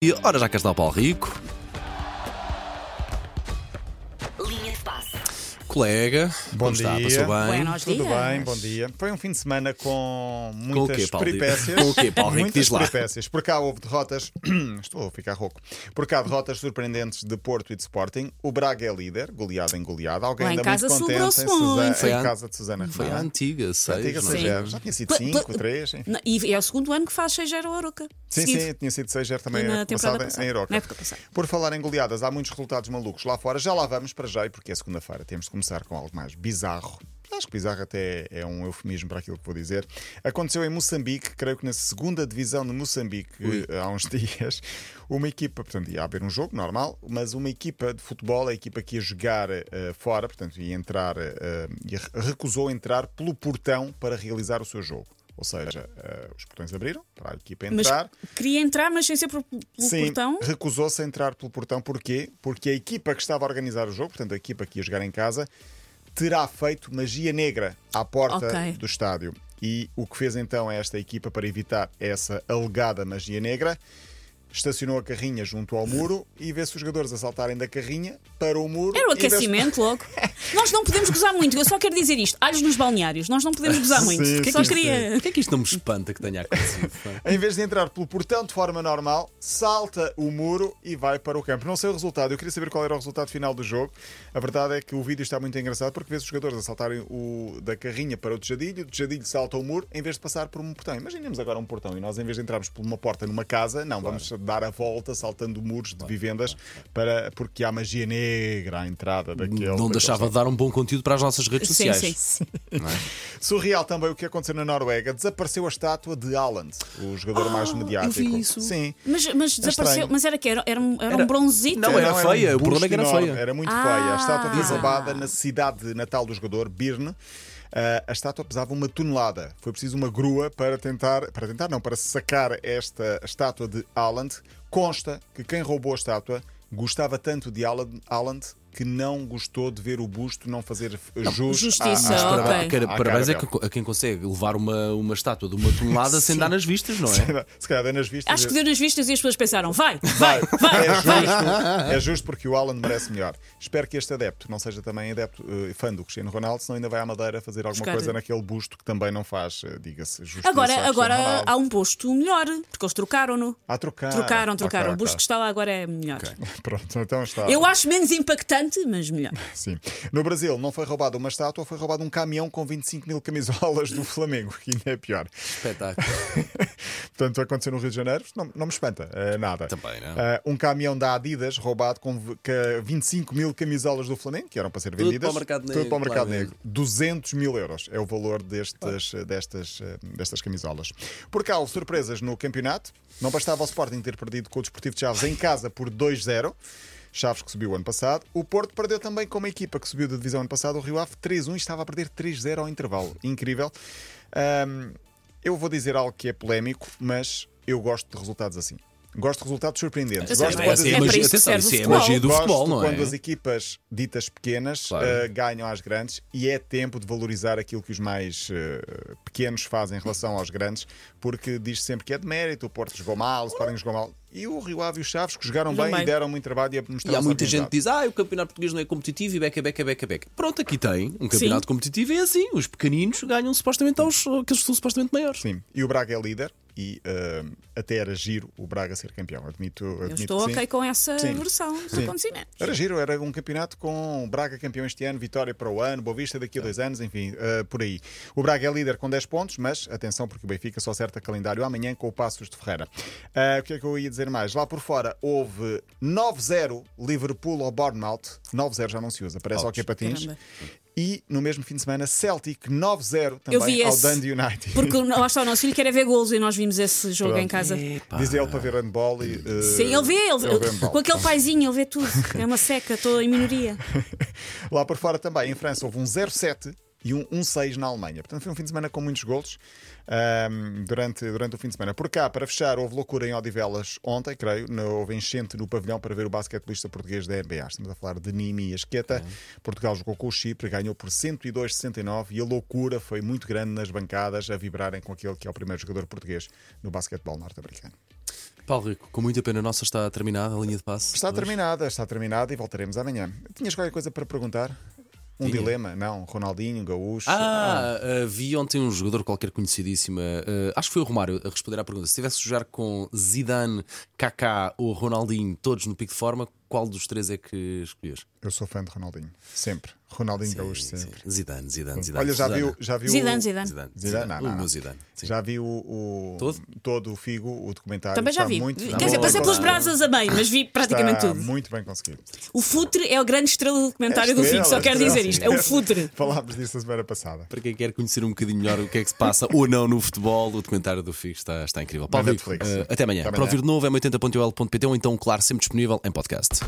E ora já cá está o Paulo Rico, Linha de passe. colega. Bom Como está? dia. Passou bem? Buenos Tudo dias. bem, bom dia. Foi um fim de semana com o muitas quê, Paulo Rico? peripécias. Com o quê, Paulo Rico? muitas Diz lá. peripécias. Por cá houve derrotas. Estou a ficar rouco. Por cá derrotas surpreendentes de Porto e de Sporting. O Braga é líder, goleado em goleada. Alguém Lá em ainda casa muito contente em, celebrou-se Susana- muito. Foi em a- casa de Susana Foi a Romana. antiga, Antiga seis. não é? seis. 6 Já tinha sido Pla- pla- 5, 3, enfim. Não, E é o segundo ano que faz 6-0 ao Oroca. Sim, Seguido. sim, é tinha sido 6 também Na a época temporada passada, passada. em Iroca. Na época passada. Por falar em goleadas, há muitos resultados malucos lá fora. Já lá vamos para já, e porque é segunda-feira. Temos de começar com algo mais bizarro. Acho que bizarro até é um eufemismo para aquilo que vou dizer. Aconteceu em Moçambique, creio que na segunda divisão de Moçambique, eh, há uns dias, uma equipa, portanto, ia haver um jogo normal, mas uma equipa de futebol, a equipa que ia jogar eh, fora, portanto, ia entrar, eh, ia- recusou entrar pelo portão para realizar o seu jogo. Ou seja, eh, os portões abriram para a equipa Mas entrar. queria entrar, mas sem ser pelo pelo Sim, portão. recusou-se a entrar pelo portão. Porquê? Porque a equipa que estava a organizar o jogo, portanto a equipa que ia jogar em casa, terá feito magia negra à porta Ok. do estádio. E o que fez então esta equipa para evitar essa alegada magia negra? Estacionou a carrinha junto ao muro e vê-se os jogadores a saltarem da carrinha para o muro. Era o e vê-se- aquecimento logo. Nós não podemos gozar muito. Eu só quero dizer isto. Alhos nos balneários. Nós não podemos gozar Sim, muito. sim, só sim. queria. Porquê é que isto não me espanta que tenha acontecido? pá? Em vez de entrar pelo portão de forma normal, salta o muro e vai para o campo. Não sei o resultado, eu queria saber qual era o resultado final do jogo. A verdade é que o vídeo está muito engraçado porque vês os jogadores a saltarem o, da carrinha para o tejadilho, o tejadilho salta o muro em vez de passar por um portão. Imaginemos agora um portão e nós, em vez de entrarmos por uma porta numa casa, não, vamos dar a volta saltando muros de vivendas para, porque há magia negra à entrada daquele. Não daquele deixava de dar um bom conteúdo para as nossas redes Sim, sociais. sim, sim. Surreal também o que aconteceu na Noruega. Desapareceu a estátua de Haaland, o jogador mais mediático. Ah, isso. Sim. Mas, mas desapareceu. É estranho. Mas era que era, era, um- era um bronzito. Não, era um feia, o busto problema é que era enorme, feia. Era muito Ah. feia. A estátua foi Ah. roubada na cidade de natal do jogador, Birne. Ah, a estátua pesava uma tonelada. Foi preciso uma grua para tentar, para tentar não, para sacar esta estátua de Haaland. Consta que quem roubou a estátua gostava tanto de Haaland, Haaland que não gostou de ver o busto não fazer jus justiça, à- à- ok. Parabéns, cara- à- à Ah, cara Ok. parabéns a, dela. que- a quem consegue levar uma, uma estátua de uma tonelada sem dar nas vistas, não é? Se calhar deu nas vistas. Acho que deu nas vistas e as pessoas pensaram: vai, Vai, vai, vai, é, vai. justo, é justo porque o Alan merece melhor. Espero que este adepto não seja também adepto eh, fã do Cristiano Ronaldo, senão ainda vai à Madeira fazer alguma Buscar- coisa naquele busto que também não faz, eh, diga-se, justiça. Agora, ao Cristiano agora Ronaldo. há um posto melhor, porque eles trocaram-no. Ah, trocaram. Trocaram, Ok, trocaram. O ok. busto que está lá agora é melhor. Pronto, então está. Eu acho menos impactante, mas melhor. Sim. No Brasil, não foi roubada uma estátua, foi roubado um caminhão com 25 mil camisolas do Flamengo, que ainda é pior. Espetáculo. Portanto, aconteceu no Rio de Janeiro, não, não me espanta eh, nada. Também não. Eh, um caminhão da Adidas roubado com v- que- 25 mil camisolas do Flamengo, que eram para ser vendidas. para o mercado Tudo negro, para o mercado claro. negro. 200 mil euros é o valor destas, destas, eh, destas camisolas. Por cá, houve surpresas no campeonato. Não bastava o Sporting ter perdido com o Desportivo de Chaves em casa por 2-0. Chaves que subiu ano passado. O Porto perdeu também com uma equipa que subiu da divisão ano passado. O Rio Ave 3-1 e estava a perder 3-0 ao intervalo. Incrível. Ahm, eu vou dizer algo que é polémico, mas eu gosto de resultados assim. Gosto de resultados surpreendentes. Eu sei, Gosto mas quando essa as é a equipas- magia- atenção, serve o isso é a futebol. magia do Gosto futebol, não é? quando as equipas ditas pequenas Claro. eh, ganham às grandes e é tempo de valorizar aquilo que os mais eh, pequenos fazem em relação aos grandes, porque diz sempre que é de mérito, o Porto jogou mal, o Sporting jogou mal. E o Rio Ave e os Chaves que jogaram bem, Jogaram e bem. deram muito trabalho e a mostrar E há muita gente que diz: ah, o campeonato português não é competitivo e beca, beca, beca, beca. Pronto, aqui tem um campeonato competitivo e é assim. Os pequeninos ganham supostamente aos aqueles que são supostamente maiores. Sim, e o Braga é líder e eh, até era giro o Braga ser campeão. Admito, Eu admito que estou sim. ok com essa Sim. versão do Sim. acontecimento. Era giro, era um campeonato com o Braga campeão este ano, vitória para o ano, Boa Vista daqui a dois anos, enfim, eh, por aí. O Braga é líder com 10 pontos, mas atenção porque o Benfica só acerta calendário amanhã com o Passos de Ferreira. Eh, o que é que eu ia dizer mais? Lá por fora houve 9-0 Liverpool ao Bournemouth. 9-0 já não se usa, parece ao que é patins. Caramba. E no mesmo fim de semana, Celtic 9-0 Eu vi também ao esse, Dundee United. Porque o- lá está o nosso filho quer é ver golos e nós vimos esse jogo em casa. Diz ele para ver handball e. eh, Sim, ele vê, ele, ele vê handball. com aquele paizinho, ele vê tudo. É uma seca, estou em minoria. Lá por fora também, em França, houve um 0-7 e um 1-6 na Alemanha. Portanto, foi um fim de semana com muitos golos ahm, durante, durante o fim de semana. Por cá, para fechar, houve loucura em Odivelas ontem, creio. no- Houve enchente no pavilhão para ver o basquetebolista português da NBA. Estamos a falar de Nimi e Asqueta. Portugal jogou com o Chipre, ganhou por 102-69 e a loucura foi muito grande nas bancadas a vibrarem com aquele que é o primeiro jogador português no basquetebol norte-americano. Paulo Rico, com muita pena nossa está terminada a linha de passe. Está terminada, está terminada e voltaremos amanhã. Tinhas qualquer coisa para perguntar? Um Tinha. dilema? Não, Ronaldinho, Gaúcho. Ah, ah, vi ontem um jogador qualquer conhecidíssimo, ah, acho que foi o Romário, a responder à pergunta: se tivesse de jogar com Zidane, Kaká ou Ronaldinho, todos no pico de forma, qual dos três é que escolhias? Eu sou fã de Ronaldinho, sempre. Ronaldinho Gaúcho, Sim, sempre. sim. Zidane, Zidane, Zidane. Olha, já Zidane. viu, já viu Zidane, o... Zidane. Zidane, Zidane, não, não, o não. meu Zidane. sim. Já viu o, o- Todo? todo o Figo, o documentário. Também já está vi. Muito Quer dizer, bom, passei está pelas bom. brasas a meio, mas vi praticamente está tudo. Muito bem conseguido. O Futre é a grande estrela do documentário do Estrela, Fico, só quero estrela. dizer isto. É o Futre. Falámos disso a semana passada. Para quem quer conhecer um bocadinho melhor o que é que se passa ou não no futebol, o documentário do Figo está, está incrível. Paulo, Na Rico, Netflix. ah, até amanhã. Até amanhã. Para ouvir de novo, é 80.ol.pt ou então, claro, sempre disponível em podcast.